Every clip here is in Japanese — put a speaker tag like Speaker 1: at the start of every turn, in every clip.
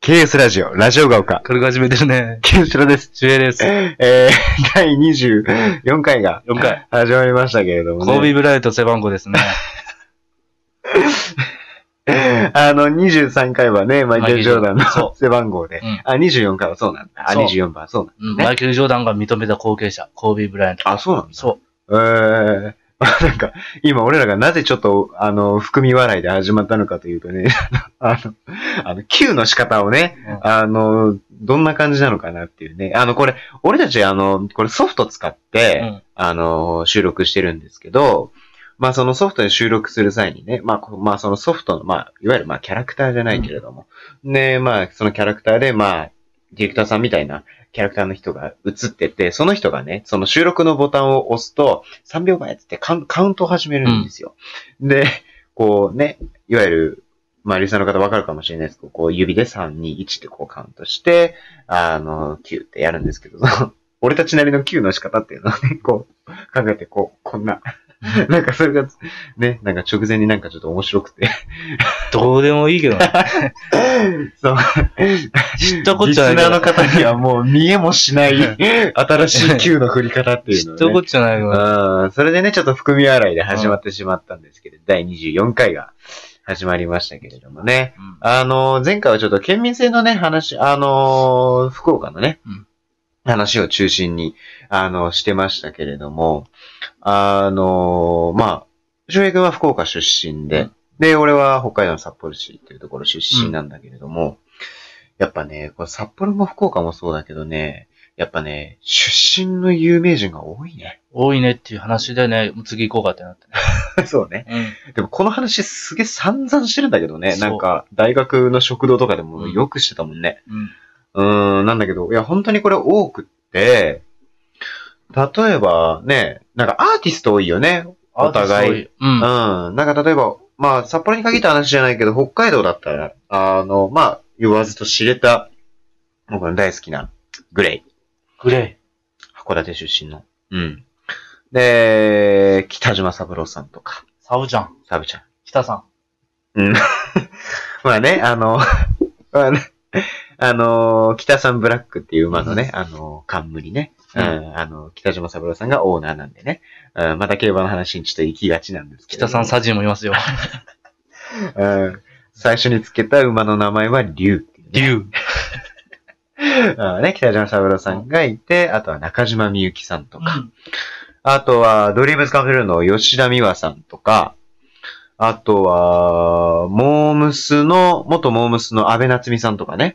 Speaker 1: KS ラジオ、ラジオが丘、
Speaker 2: 軽く始めて るね。
Speaker 1: KS ラです。
Speaker 2: 主演です。
Speaker 1: えー、第24回が
Speaker 2: 4回。
Speaker 1: 始まりましたけれども
Speaker 2: コービ
Speaker 1: ね。
Speaker 2: ー・ブライト背番 号ですね。
Speaker 1: あの、23回はね、マイケル・ジョーダン
Speaker 2: そ
Speaker 1: の背番号で
Speaker 2: うん。
Speaker 1: あ、24回はそうなんだ。あ、
Speaker 2: そう
Speaker 1: 24番はそうなん
Speaker 2: うん
Speaker 1: ね
Speaker 2: マイケル・ジョーダンが認めた後継者、コービー・ブライアント。
Speaker 1: だ。あ、そうなんだ。
Speaker 2: そ
Speaker 1: えー、 なんか、今俺らがなぜちょっと、あの、含み笑いで始まったのかというとね、 あの、あの、Q の仕方をね、
Speaker 2: う
Speaker 1: あの、どんな感じなのかなっていうね。あの、これ、俺たち、あの、これソフト使っ
Speaker 2: う。
Speaker 1: て、
Speaker 2: うん。
Speaker 1: あの、収録してるんですけど、まあそのソフトで収録する際にね、まあ、こまあそのソフトの、まあ、いわゆるまあキャラクターじゃないけれども、ね、まあそのキャラクターで、まあ、ディレクターさんみたいなキャラクターの人が映ってて、その人がね、その収録のボタンを押すと、3秒前ってってカウンカウントを始めるんですよ。で、こうね、いわゆる、まあ、リスナーの方わかるかもしれないですけど、こう指で3、2、1ってこうカウントして、あの、9ってやるんですけど、 その俺たちなりの9の仕方っていうのはね、こう、考えて、こう、こんな。なんかそれが、ね、なんか直前になんかちょっと面白くて。
Speaker 2: どうでもいいけどね。
Speaker 1: そう。
Speaker 2: 知ったこっ
Speaker 1: リ
Speaker 2: ちゃな
Speaker 1: ス
Speaker 2: いけ
Speaker 1: ナー
Speaker 2: ど。
Speaker 1: の方にはもう見えもしない、新しい Q の振り方っていう
Speaker 2: 知
Speaker 1: の
Speaker 2: っ
Speaker 1: を
Speaker 2: たこ
Speaker 1: ね、
Speaker 2: っちゃないけどね。
Speaker 1: うんそれでね、ちょっと含み笑いで始まってしまったんですけど、第24回が始まりましたけれどもね。
Speaker 2: うん
Speaker 1: あの、前回はちょっと県民性のね、話、あの、福岡のね、
Speaker 2: うん
Speaker 1: 話を中心に、あの、してましたけれども、あの、まあ、翔平君は福岡出身で、
Speaker 2: うん
Speaker 1: で、俺は北海道の札幌市っていうところ出身なんだけれども、やっぱね、これ札幌も福岡もそうだけどね、やっぱね、出身の有名人が多いね。
Speaker 2: 多いねっていう話でね、次行こうかってなってね。
Speaker 1: そうね。でもこの話すげえ散々してるんだけどね。
Speaker 2: そう
Speaker 1: なんか、大学の食堂とかでもよくしてたもんね。
Speaker 2: うん。うん。
Speaker 1: うーん、なんだけど、いや、本当にこれ多くって、例えばね、なんかアーティスト多いよね。お互い。。
Speaker 2: う。
Speaker 1: うんん。なんか例えば、まあ、札幌に限った話じゃないけど、北海道だったら、あの、まあ、言わずと知れた、僕の大好きな、グレイ。
Speaker 2: グレ
Speaker 1: 函館出身の。うん。で、北島三郎さんとか
Speaker 2: イ、、サブちゃん、
Speaker 1: サブちゃん。
Speaker 2: 北さん。
Speaker 1: まあね、あの、 まあねあの、北さんブラックっていう馬のね、あの、冠ね、うん、あの、北島三郎さんがオーナーなんでね、うん、また競馬の話にちょっと行きがちなんですけど。
Speaker 2: 北さん、サジもいますよ。
Speaker 1: うん、最初につけた馬の名前は竜っていうね、
Speaker 2: 竜。
Speaker 1: うんね、北島三郎さんがいて、あとは中島みゆきさんと
Speaker 2: う
Speaker 1: か、
Speaker 2: ん
Speaker 1: あとは、ドリームスカンフェルの吉田美和さんとか、あとは、モームスの、元モームスの安倍夏美さんとかね。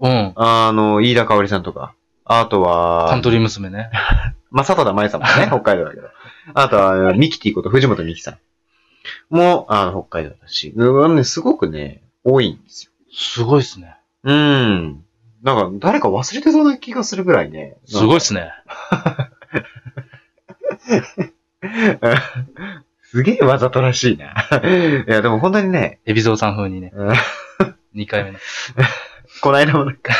Speaker 2: うん。
Speaker 1: あの、飯田香織さんとか。あと
Speaker 2: カン
Speaker 1: は
Speaker 2: ト、リー娘ね。
Speaker 1: まあ、佐藤田舞さんも ね、北海道だけど。あとは、ミキティこと藤本美貴さんも、あの、北海道だし。うん、ね、すごくね、多いんですよ。
Speaker 2: すごいっすね。
Speaker 1: うん。なんか、誰か忘れてそうな気がするぐらいね。
Speaker 2: すごい
Speaker 1: い。
Speaker 2: っすね。
Speaker 1: すげえわざとらしいな。 いや、でも本当にね、
Speaker 2: エビゾーさん風にね。
Speaker 1: うん
Speaker 2: 2回目の。
Speaker 1: こないだもなん か、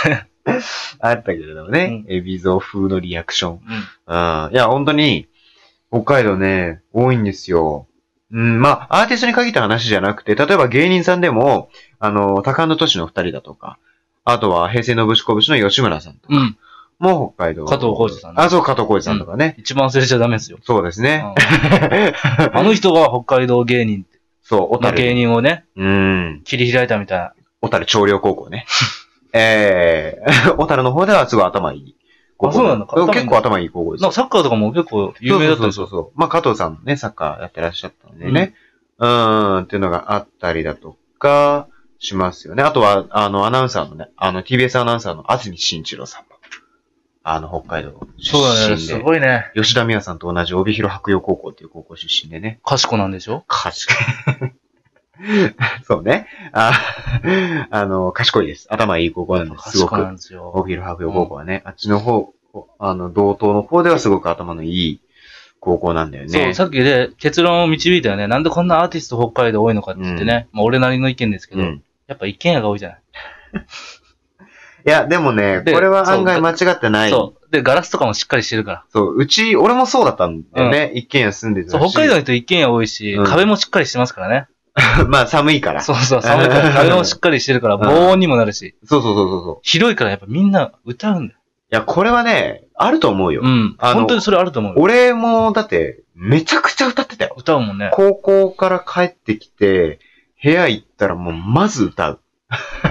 Speaker 1: あったけれどもね、
Speaker 2: う
Speaker 1: エビゾ風のリアクション。
Speaker 2: うん。
Speaker 1: うんいや、本当に、北海道ね、多いんですよ。うん、まあ、アーティストに限った話じゃなくて、例えば芸人さんでも、あの、高野都市の二人だとか、あとは平成のぶしこぶしの吉村さんとか
Speaker 2: うん。
Speaker 1: も北海道。
Speaker 2: 加藤浩次さんね
Speaker 1: あ、そう、加藤浩次さんとかね。
Speaker 2: 一番忘れちゃダメですよ。
Speaker 1: そうですね。
Speaker 2: うんあの人が北海道芸人って、
Speaker 1: そう、小
Speaker 2: の芸
Speaker 1: 樽。
Speaker 2: 人をね、
Speaker 1: うん。
Speaker 2: 切り開いたみたいな。
Speaker 1: 小樽長陵高校 ね。ええ小樽の方ではすごい頭いい高校。
Speaker 2: あそうなのか頭いい
Speaker 1: 結構頭いい高校です
Speaker 2: なんかサッカーとかも結構有名だったんです
Speaker 1: そうそうそう
Speaker 2: よ。
Speaker 1: そう。まあ、加藤さんもね、サッカーやってらっしゃったんでね。うーん、んっていうのがあったりだとか、しますよね。あとは、あの、アナウンサーのね、あの、TBS アナウンサーの安住慎一郎さんも、あの、北海道出
Speaker 2: そうだね。
Speaker 1: 身
Speaker 2: す
Speaker 1: で、
Speaker 2: ごいね。
Speaker 1: 吉田美和さんと同じ帯広白洋高校っていう高校出身でね。
Speaker 2: 賢なんでしょ
Speaker 1: かし、 そうね。あ、あの、賢いです。頭いい高校なんです。すご
Speaker 2: 賢
Speaker 1: く
Speaker 2: な。んですよ。
Speaker 1: 帯広白洋高校はね、あっちの方、あの、同等の方ではすごく頭のいい高校なんだよ
Speaker 2: そう、
Speaker 1: ね。
Speaker 2: さっきで結論を導いたよね。なんでこんなアーティスト北海道多いのかって言ってね。まあ俺なりの意見ですけど、
Speaker 1: う
Speaker 2: や
Speaker 1: ん。
Speaker 2: っぱ一軒家が多いじゃ
Speaker 1: いや、でもね、
Speaker 2: で
Speaker 1: これは
Speaker 2: そう
Speaker 1: 案外間違ってな
Speaker 2: ない。
Speaker 1: い。そ
Speaker 2: そう。で、ガラスとかもしっかりしてるから。
Speaker 1: う。うち、俺もそうだったんだよね。一軒家住んでた
Speaker 2: そ
Speaker 1: し
Speaker 2: う、北海道の人一軒家多いし
Speaker 1: う、ん
Speaker 2: 壁もしっかりしてますからね。
Speaker 1: まあ寒いから。そ
Speaker 2: そうそう、寒いから壁もしっかりしてるから
Speaker 1: ん
Speaker 2: 防音にもなるし、
Speaker 1: うそうそうそうそう。
Speaker 2: 広いからやっぱみんな歌うんだよ。
Speaker 1: いや、これはね、あると思うよ。
Speaker 2: うん。
Speaker 1: あの
Speaker 2: 本当にそれあると思うよ。
Speaker 1: 俺も、だって、めちゃくちゃ歌ってたよ。
Speaker 2: 歌うもんね。
Speaker 1: 高校から帰ってきて、部屋行ったらもうまず歌う。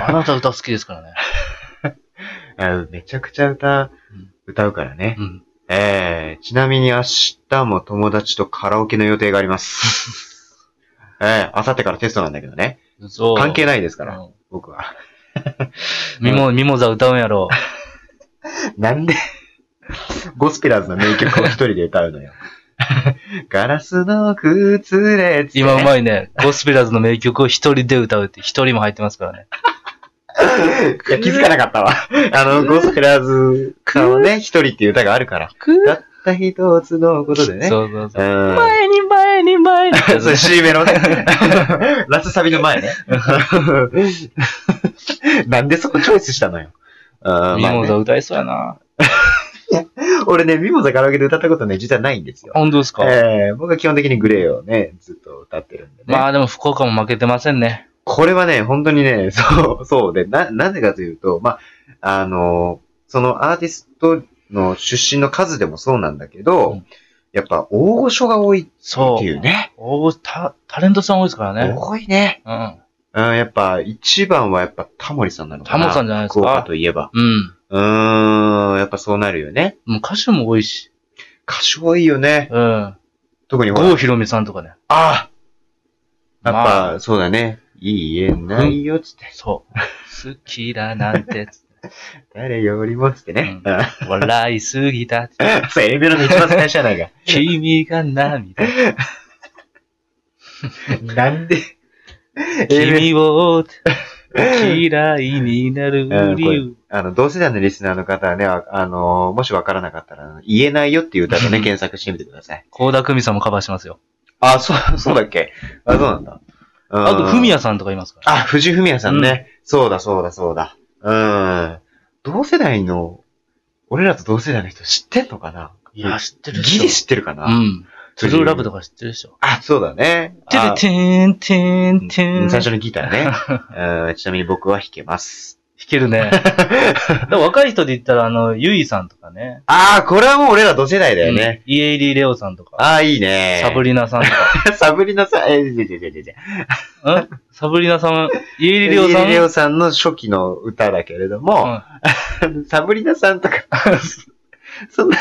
Speaker 2: あなた歌好きですからね。
Speaker 1: あめちゃくちゃ歌
Speaker 2: うん、
Speaker 1: 歌うからね。
Speaker 2: うん。
Speaker 1: えー、ちなみに明日も友達とカラオケの予定があります。 えー、明後日からテストなんだけどね。
Speaker 2: そう。
Speaker 1: 関係
Speaker 2: ない
Speaker 1: ないですから、僕は。
Speaker 2: ミモ、ミモザ歌うん やろ。
Speaker 1: なんで、ゴスペラーズの名曲を一人で歌うの よ。ガラスの靴で、つってね
Speaker 2: 今うまいね。ゴスペラーズの名曲を一人で歌うって、一人も入ってますからね。
Speaker 1: いや、気づかなか ったわ。あの、ゴスペラーズさんはね、一人っていう歌があるから。たった一つのことでね。
Speaker 2: そうそうそうう。
Speaker 1: ん。
Speaker 2: 前に前に前に。
Speaker 1: それ C メロね。ラスサビの前ね。 なんでそこチョイスしたのよ。あー
Speaker 2: ミ
Speaker 1: まあね
Speaker 2: モザ歌いそうやな。
Speaker 1: 俺ね、ミモザカラオケで歌ったことね、実はないんですよ。
Speaker 2: 本当ですか
Speaker 1: えー、僕は基本的にグレーをね、ずっと歌ってるんでね。
Speaker 2: まあでも福岡も負けてませんね。
Speaker 1: これはね、本当にね、そう、そうで、な、なぜかというと、まあ、あの、そのアーティストの出身の数でもそうなんだけど、
Speaker 2: うん
Speaker 1: やっぱ大御所が多い
Speaker 2: そう。
Speaker 1: っていうね。
Speaker 2: 大タタレントさん多いですからね。
Speaker 1: 多いね。
Speaker 2: うん。
Speaker 1: うん、やっぱ一番はやっぱタモリさんなのか
Speaker 2: タ
Speaker 1: な。
Speaker 2: モさんじゃないです
Speaker 1: 福岡
Speaker 2: か。
Speaker 1: といえば。
Speaker 2: うん。
Speaker 1: うーん、やっぱそうなるよね。
Speaker 2: もう歌手も多いし。
Speaker 1: 歌手多いよね。
Speaker 2: うん。
Speaker 1: 特にほら
Speaker 2: 郷ひろみさんとかね。
Speaker 1: ああやっぱ、
Speaker 2: まあ
Speaker 1: そうだね。言えないよ、つって。
Speaker 2: そう。好きだなんて、
Speaker 1: 誰よりも、つってね。
Speaker 2: う笑いす ぎた。
Speaker 1: そう、エベロの一番最初じゃないか。
Speaker 2: 君が涙。
Speaker 1: なんで
Speaker 2: 君 を嫌いになる理由。
Speaker 1: あの、同世代のリスナーの方はね、ああの、もしわからなかったら、あの言えないよっていう歌でね、 検索してみてください。
Speaker 2: 高田久美さんもカバーしますよ。
Speaker 1: あ、そう、そうだっけあ、そうなんだ。うん
Speaker 2: あと、ふみやさんとかいますから。
Speaker 1: あ、藤文也さんね。そうだ、そうだ、そうだ。うん。同世代の、俺らと同世代の人知ってんのかない
Speaker 2: や、知ってるで
Speaker 1: ギリ
Speaker 2: し
Speaker 1: 知ってるか
Speaker 2: ょ。
Speaker 1: な、
Speaker 2: うん。トゥルーラブ
Speaker 1: と
Speaker 2: とか知ってるでしょ。
Speaker 1: あ、そうだね。
Speaker 2: て
Speaker 1: あ
Speaker 2: れてーん、てーん、てー
Speaker 1: うん
Speaker 2: ん。
Speaker 1: 最
Speaker 2: 弾
Speaker 1: 初のギターね。 うんちなみに僕は弾けます。
Speaker 2: け るね。だから若い人で言ったら、あの、ゆいさんとかね。
Speaker 1: ああ、これはもう俺ら同世代だよね。
Speaker 2: うん。イエイリー・レオさんとか。
Speaker 1: ああ、いいね。
Speaker 2: サブリナさんとか。
Speaker 1: リ。 サブリナさん、えー、じゃじゃじゃじゃじゃ。
Speaker 2: うんサブリナさん、イエイリー・レ
Speaker 1: リ
Speaker 2: オさん。
Speaker 1: レオさんの初期の歌だけれども、 サブリナさんとか、そんな、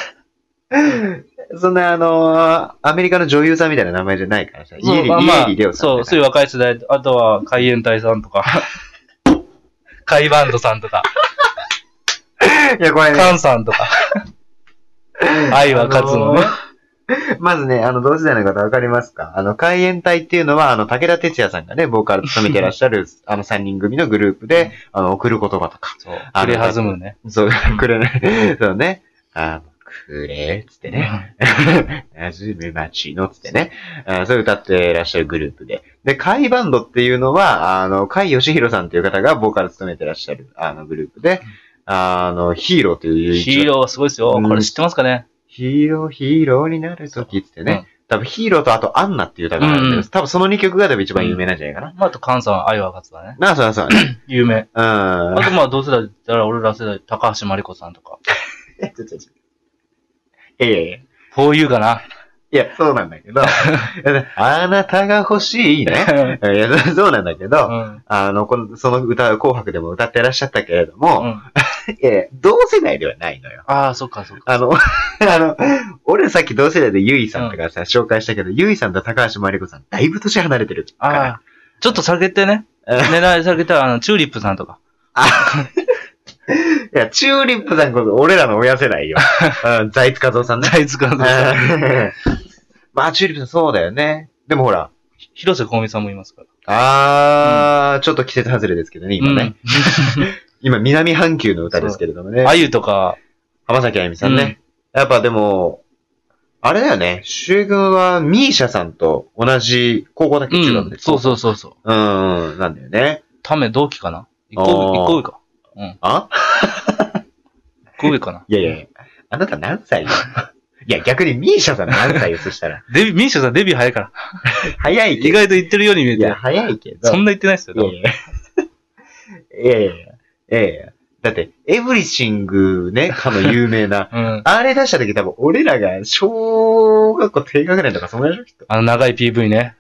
Speaker 1: そんなあのーアメリカの女優さんみたいな名前じゃないからさ、イ
Speaker 2: そう
Speaker 1: エリ、
Speaker 2: まあまあ
Speaker 1: イエリレオさん
Speaker 2: そう、
Speaker 1: みた
Speaker 2: そ
Speaker 1: いう
Speaker 2: い
Speaker 1: な。
Speaker 2: う若い世代、あとは海援隊さ んとか、海バンドさんとか、
Speaker 1: いや、これね、
Speaker 2: カンさんとか、愛は勝つのね。
Speaker 1: まずね、あの、同世代の方わかりますかあの、海援隊っていうのは、あの、武田鉄矢さんがね、ボーカル務めてらっしゃ る、あの、3人組のグループで、あの、送る言葉とか、
Speaker 2: そう、
Speaker 1: あの
Speaker 2: クレハズムね。
Speaker 1: そう
Speaker 2: う、ん
Speaker 1: くれね、そうね、あの、くれ、つってね。 なじみ町のつってね。あーそれ歌ってらっしゃるグループで。で、海バンドっていうのは、あの、海義弘さんという方がボーカル務めてらっしゃる、あの、グループで、あの、ヒーローという
Speaker 2: ヒー
Speaker 1: ー。
Speaker 2: ローすごいですよ。
Speaker 1: うん
Speaker 2: これ知ってますかね
Speaker 1: ヒーロー、ヒーローになるときってね。多分ヒーローとあとアンナっていう歌があるんだけど、
Speaker 2: うん
Speaker 1: 多分その2曲が多分一番有名なんじゃないかな。
Speaker 2: まあ、あとカンさん、愛は勝つだね。
Speaker 1: なあ、そうだそうだ ね。
Speaker 2: 有名。
Speaker 1: うん。
Speaker 2: あとまあ、同世代で言ったら、俺ら世代、高橋真理子さんとか。
Speaker 1: ちょちょちょいやいやいや。
Speaker 2: こういうかな。
Speaker 1: いや、そうなんだけど。 あなたが欲しい ね。
Speaker 2: う
Speaker 1: いや、そうそうなんだけど。
Speaker 2: ん。
Speaker 1: あの、この、その歌、紅白でも歌ってらっしゃったけれど
Speaker 2: う
Speaker 1: も、
Speaker 2: ん
Speaker 1: え同世代ではないのよ。
Speaker 2: ああ、そっかそっか。
Speaker 1: あの、 あの、俺さっき同世代でゆいさんとかさ、紹介したけど、ゆいさんと高橋真理子さん、だいぶ年離れてるか
Speaker 2: あ
Speaker 1: ら。
Speaker 2: あ。ちょっと下げてね。
Speaker 1: うん
Speaker 2: 狙い下げたら、あの、チューリップさんとか。
Speaker 1: いや、チューリップさんこそ俺らの親世 代よ。うん、財津和夫さんね。
Speaker 2: 大塚
Speaker 1: うん
Speaker 2: さん。
Speaker 1: まあ、チューリップさんそうだよね。でもほら、
Speaker 2: 広瀬香美さんもいますから。
Speaker 1: あー、ちょっと季節外れですけどね、今ね。今、南半球の歌ですけれどもね
Speaker 2: うん。。あゆとか、
Speaker 1: 浜崎あゆみさんね。やっぱでも、あれだよね。周軍はミーシャさんと同じ高校だっけ中学で、
Speaker 2: そうそうそうそう。
Speaker 1: う。うん、なんだよね。
Speaker 2: ため同期かな一個
Speaker 1: あー
Speaker 2: 一個上か。
Speaker 1: あ
Speaker 2: 一個上かな。
Speaker 1: いやいやいやあなた何歳よ いや、逆にミーシャさん何歳よ、そした ら。
Speaker 2: デビュー、ミーシャさんデビュー早い から。
Speaker 1: 早い
Speaker 2: 意
Speaker 1: けど。
Speaker 2: 外と言ってるように見え
Speaker 1: い
Speaker 2: て
Speaker 1: や、。早いけど。
Speaker 2: そんな言ってないですよ、多分
Speaker 1: いやいやいやいやいや。いやいや。だって、エブリシングね、かの有名 な。
Speaker 2: うん。
Speaker 1: あれ出した時多分、俺らが小学校低学年とかそんなでしょきっと
Speaker 2: あの長い PV ね。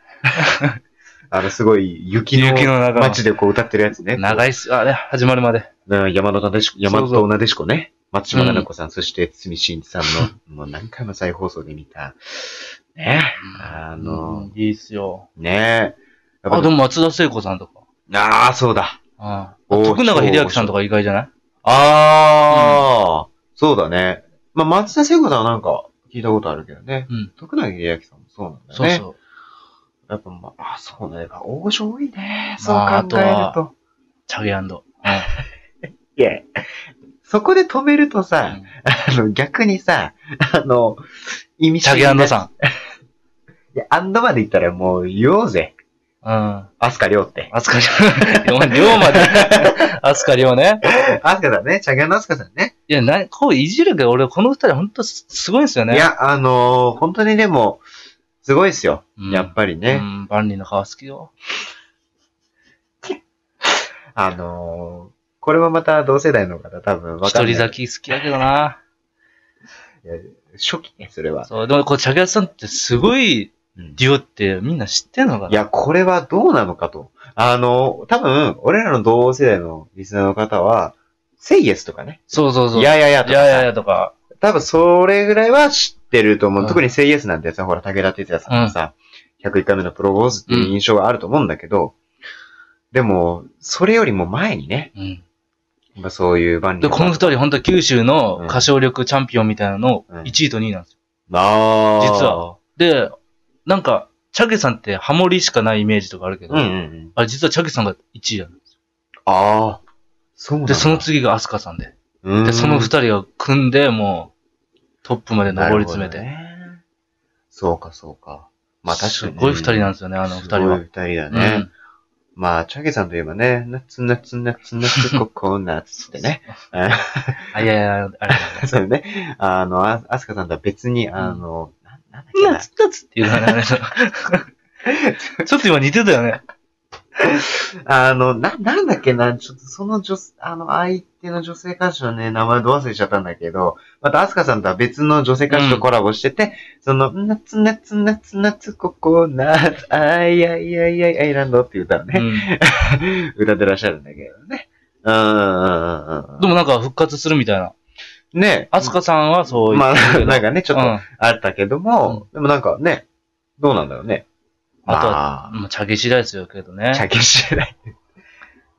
Speaker 1: あの、すごい雪の
Speaker 2: 雪の中
Speaker 1: 街でこう歌ってるやつね。
Speaker 2: 長いっす。あれ、始まるまで。
Speaker 1: うん山田なでしこ、山
Speaker 2: そうそう
Speaker 1: 田なでしこね。松島菜々子さん、そして堤真一さん の、もう何回も再放送で見た。ね。あの、
Speaker 2: うんいいっすよ。
Speaker 1: ねやっぱ
Speaker 2: あ、でも松田聖子さんとか。
Speaker 1: ああ、そうだ。
Speaker 2: あ
Speaker 1: おー
Speaker 2: 徳永秀明さんとか意外じゃない
Speaker 1: ああ、そうだね。まあ、松田聖子さんはなんか聞いたことあるけどね。
Speaker 2: うん。
Speaker 1: 徳永英明さんもそうなんだよ
Speaker 2: そう
Speaker 1: ね。
Speaker 2: そう。
Speaker 1: やっぱまあ、あそうね。やっぱ大御所多いね。そう
Speaker 2: まあ
Speaker 1: 考える
Speaker 2: あと
Speaker 1: と。
Speaker 2: チャゲアンド。
Speaker 1: いや、そこで止めると
Speaker 2: う
Speaker 1: さ、
Speaker 2: ん
Speaker 1: あの、逆にさ、あの、意味
Speaker 2: チャゲアンドさ
Speaker 1: ん。いや、アンドまで行ったらもう言おうぜ。
Speaker 2: ん。うん。
Speaker 1: アスカリョウって。
Speaker 2: アスカ リョウ。龍馬で。アスカリョウね。
Speaker 1: アスカさんね。チャゲアンドアスカさんね。
Speaker 2: いや、な、こういじるけど、俺、この二人本当すすごいんですよね。
Speaker 1: い、や、あのー本当にでも、すごいですよ。
Speaker 2: うん、
Speaker 1: やっぱりね。
Speaker 2: うん、万里の川好きよ。
Speaker 1: あのーこれはまた同世代の方多分分か
Speaker 2: 一
Speaker 1: んない。
Speaker 2: 人咲き好きやけどな。
Speaker 1: 初期ね、それは。
Speaker 2: そう、でもこう、チャゲアンドさんってすごい
Speaker 1: うん
Speaker 2: デュオってみんな知ってんのか
Speaker 1: い
Speaker 2: な
Speaker 1: や、これはどうなのかと。あの、多分、俺らの同世代のリスナーの方は、セイエスとかね。
Speaker 2: そうそうそう。
Speaker 1: いやいやいやと
Speaker 2: い
Speaker 1: かさ
Speaker 2: やいやいやとか。
Speaker 1: 多分、それぐらいは知ってると思う。
Speaker 2: うん
Speaker 1: 特にセイエスなんてさ、ほら、武田鉄矢さんのさ、101回目のプロポーズっていう印象があると思うんだけど、でも、それよりも前にね、
Speaker 2: うん。
Speaker 1: やっぱそういう番
Speaker 2: で、この二人、本当九州の
Speaker 1: うん
Speaker 2: 歌唱力チャンピオンみたいなの
Speaker 1: う、ん
Speaker 2: 1位と2位なんですよ。
Speaker 1: あー
Speaker 2: 実は。で、なんか、チャゲさんってハモリしかないイメージとかあるけど、
Speaker 1: うんうんうん。
Speaker 2: あれ実はチャゲさんが1位なの。
Speaker 1: ああ。そうなんだ
Speaker 2: で、その次がアスカさんで。
Speaker 1: うん
Speaker 2: で、その二人が組んで、もう、トップまで上り詰めて。
Speaker 1: なるほどねそうか、そうか。まあ確かにね、
Speaker 2: すごい二人なんですよね、あの二人は。
Speaker 1: すごい二人だ
Speaker 2: う
Speaker 1: ね。
Speaker 2: ん
Speaker 1: まあ、チャゲさんといえばね、ナッツナッツナッツナッツココナッツって ね。あ
Speaker 2: あ、いやいや、あれ。
Speaker 1: そうね。あの、あアスカさんとは別に、あの、ななんだっけな
Speaker 2: ナツナツっていうの がね、ちょっと今似てたよね。
Speaker 1: あの、な、なんだっけな、ちょっとその女、あの、相手の女性歌手のね、名前ど忘れしちゃったんだけど、また、アスカさんとは別の女性歌手とコラボしてて、その、ナツナツナツナツココナツ、あいやいやいやアイランドっていう歌を
Speaker 2: う
Speaker 1: ね、
Speaker 2: ん
Speaker 1: 歌ってらっしゃるんだけどね。うんうんうんうん
Speaker 2: でもなんか復活するみたいな。
Speaker 1: うん。ね
Speaker 2: アスカさんはそう言
Speaker 1: まあ、
Speaker 2: ってるけど
Speaker 1: なんかね、ちょっ
Speaker 2: う
Speaker 1: と
Speaker 2: ん
Speaker 1: あったけども、でもなんかね、どうなんだろうね。
Speaker 2: あと
Speaker 1: ま
Speaker 2: は、もうチャゲ次第ですよけどね。
Speaker 1: 茶消してない。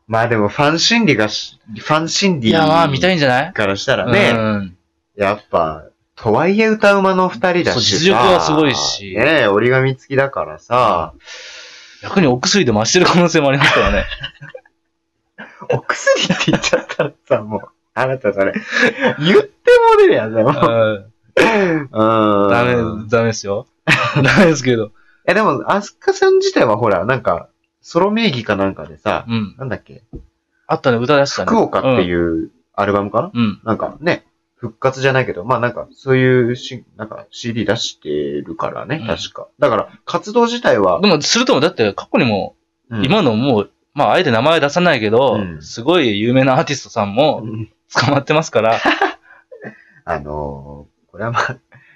Speaker 1: まあでもファン心理がし、ファン心
Speaker 2: い
Speaker 1: 理
Speaker 2: や、まあ、見たいんじゃない
Speaker 1: からしたら
Speaker 2: う
Speaker 1: ね、
Speaker 2: ん。
Speaker 1: やっぱ、とはいえ歌うまの二人だしさ
Speaker 2: そう実力はすごいし
Speaker 1: ねえ、折り紙付きだからさ、
Speaker 2: 逆にお薬で増してる可能性もありますからね。
Speaker 1: お薬って言っちゃったらさ、もう、あなたそれ、言ってもねえやん、もう。
Speaker 2: うん
Speaker 1: うん。
Speaker 2: ダメ、ダメですよ。 ダメですけど。
Speaker 1: え、でも、アスカさん自体はほら、なんか、ソロ名義かなんかでさ、
Speaker 2: うん。
Speaker 1: なんだっけ、
Speaker 2: あったね、歌出したね。
Speaker 1: 福岡って
Speaker 2: う
Speaker 1: いうアルバムかな、
Speaker 2: ん。うん。
Speaker 1: なんかね、復活じゃないけど、まあなんか、そういうし、なんか CD 出してるからね
Speaker 2: う、ん
Speaker 1: 確か。だから、活動自体は、
Speaker 2: でも、するとも、だって過去にも、
Speaker 1: うん
Speaker 2: 今のもう、まあ、あえて名前出さないけど、
Speaker 1: うん
Speaker 2: すごい有名なアーティストさんも
Speaker 1: うん
Speaker 2: 捕まってます から、
Speaker 1: あのーこれはまあ、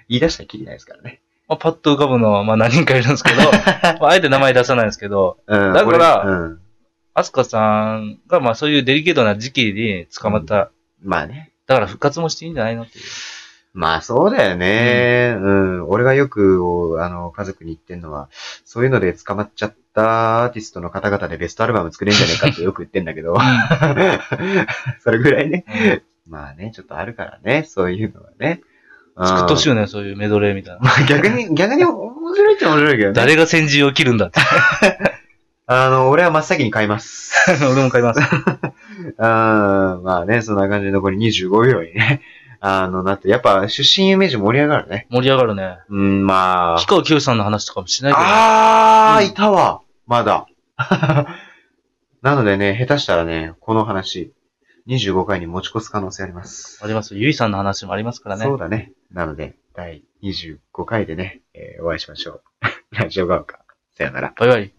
Speaker 1: 言い出したらきりないですからね。
Speaker 2: まあ、パッと浮かぶのは、まあ、何人かいるんですけど、まあ、あえて名前出さないんです けど、
Speaker 1: うん
Speaker 2: だから
Speaker 1: 俺うん。
Speaker 2: アスカさんが、まあ、そういうデリケートな時期に捕まった、
Speaker 1: まあね。
Speaker 2: だから復活もしていいんじゃないのっていう。
Speaker 1: まあそうだよね。うん。俺がよく、あの、家族に言ってんのは、そういうので捕まっちゃったアーティストの方々でベストアルバム作れんじゃねえかってよく言ってんだけど、 それぐらいね。まあね、ちょっとあるからね、そういうのはね。うん
Speaker 2: 作ってほしいよね、そういうメドレーみたいな。
Speaker 1: まあ逆に、逆に面白いっちゃ面白いけどね。
Speaker 2: 誰が先陣を切る んだって。
Speaker 1: あの、俺は真っ先に買います。
Speaker 2: 俺も買います。
Speaker 1: うん、まあね、そんな感じで残り25秒にね。あの、なって、やっぱ出身有名人盛り上がるね。
Speaker 2: 盛り上がるね。
Speaker 1: うん、まあ
Speaker 2: 氷。川きよしさんの話とかもしないけど、
Speaker 1: あー、
Speaker 2: うん
Speaker 1: いたわ。まだ。 なのでね、下手したらね、この話、25回に持ち越す可能性あります。
Speaker 2: ありますよ。ゆいさんの話もありますからね。
Speaker 1: そうだね。なので、第25回でね、えーお会いしましょう。ラジオが丘。さよなら。
Speaker 2: バイバイ。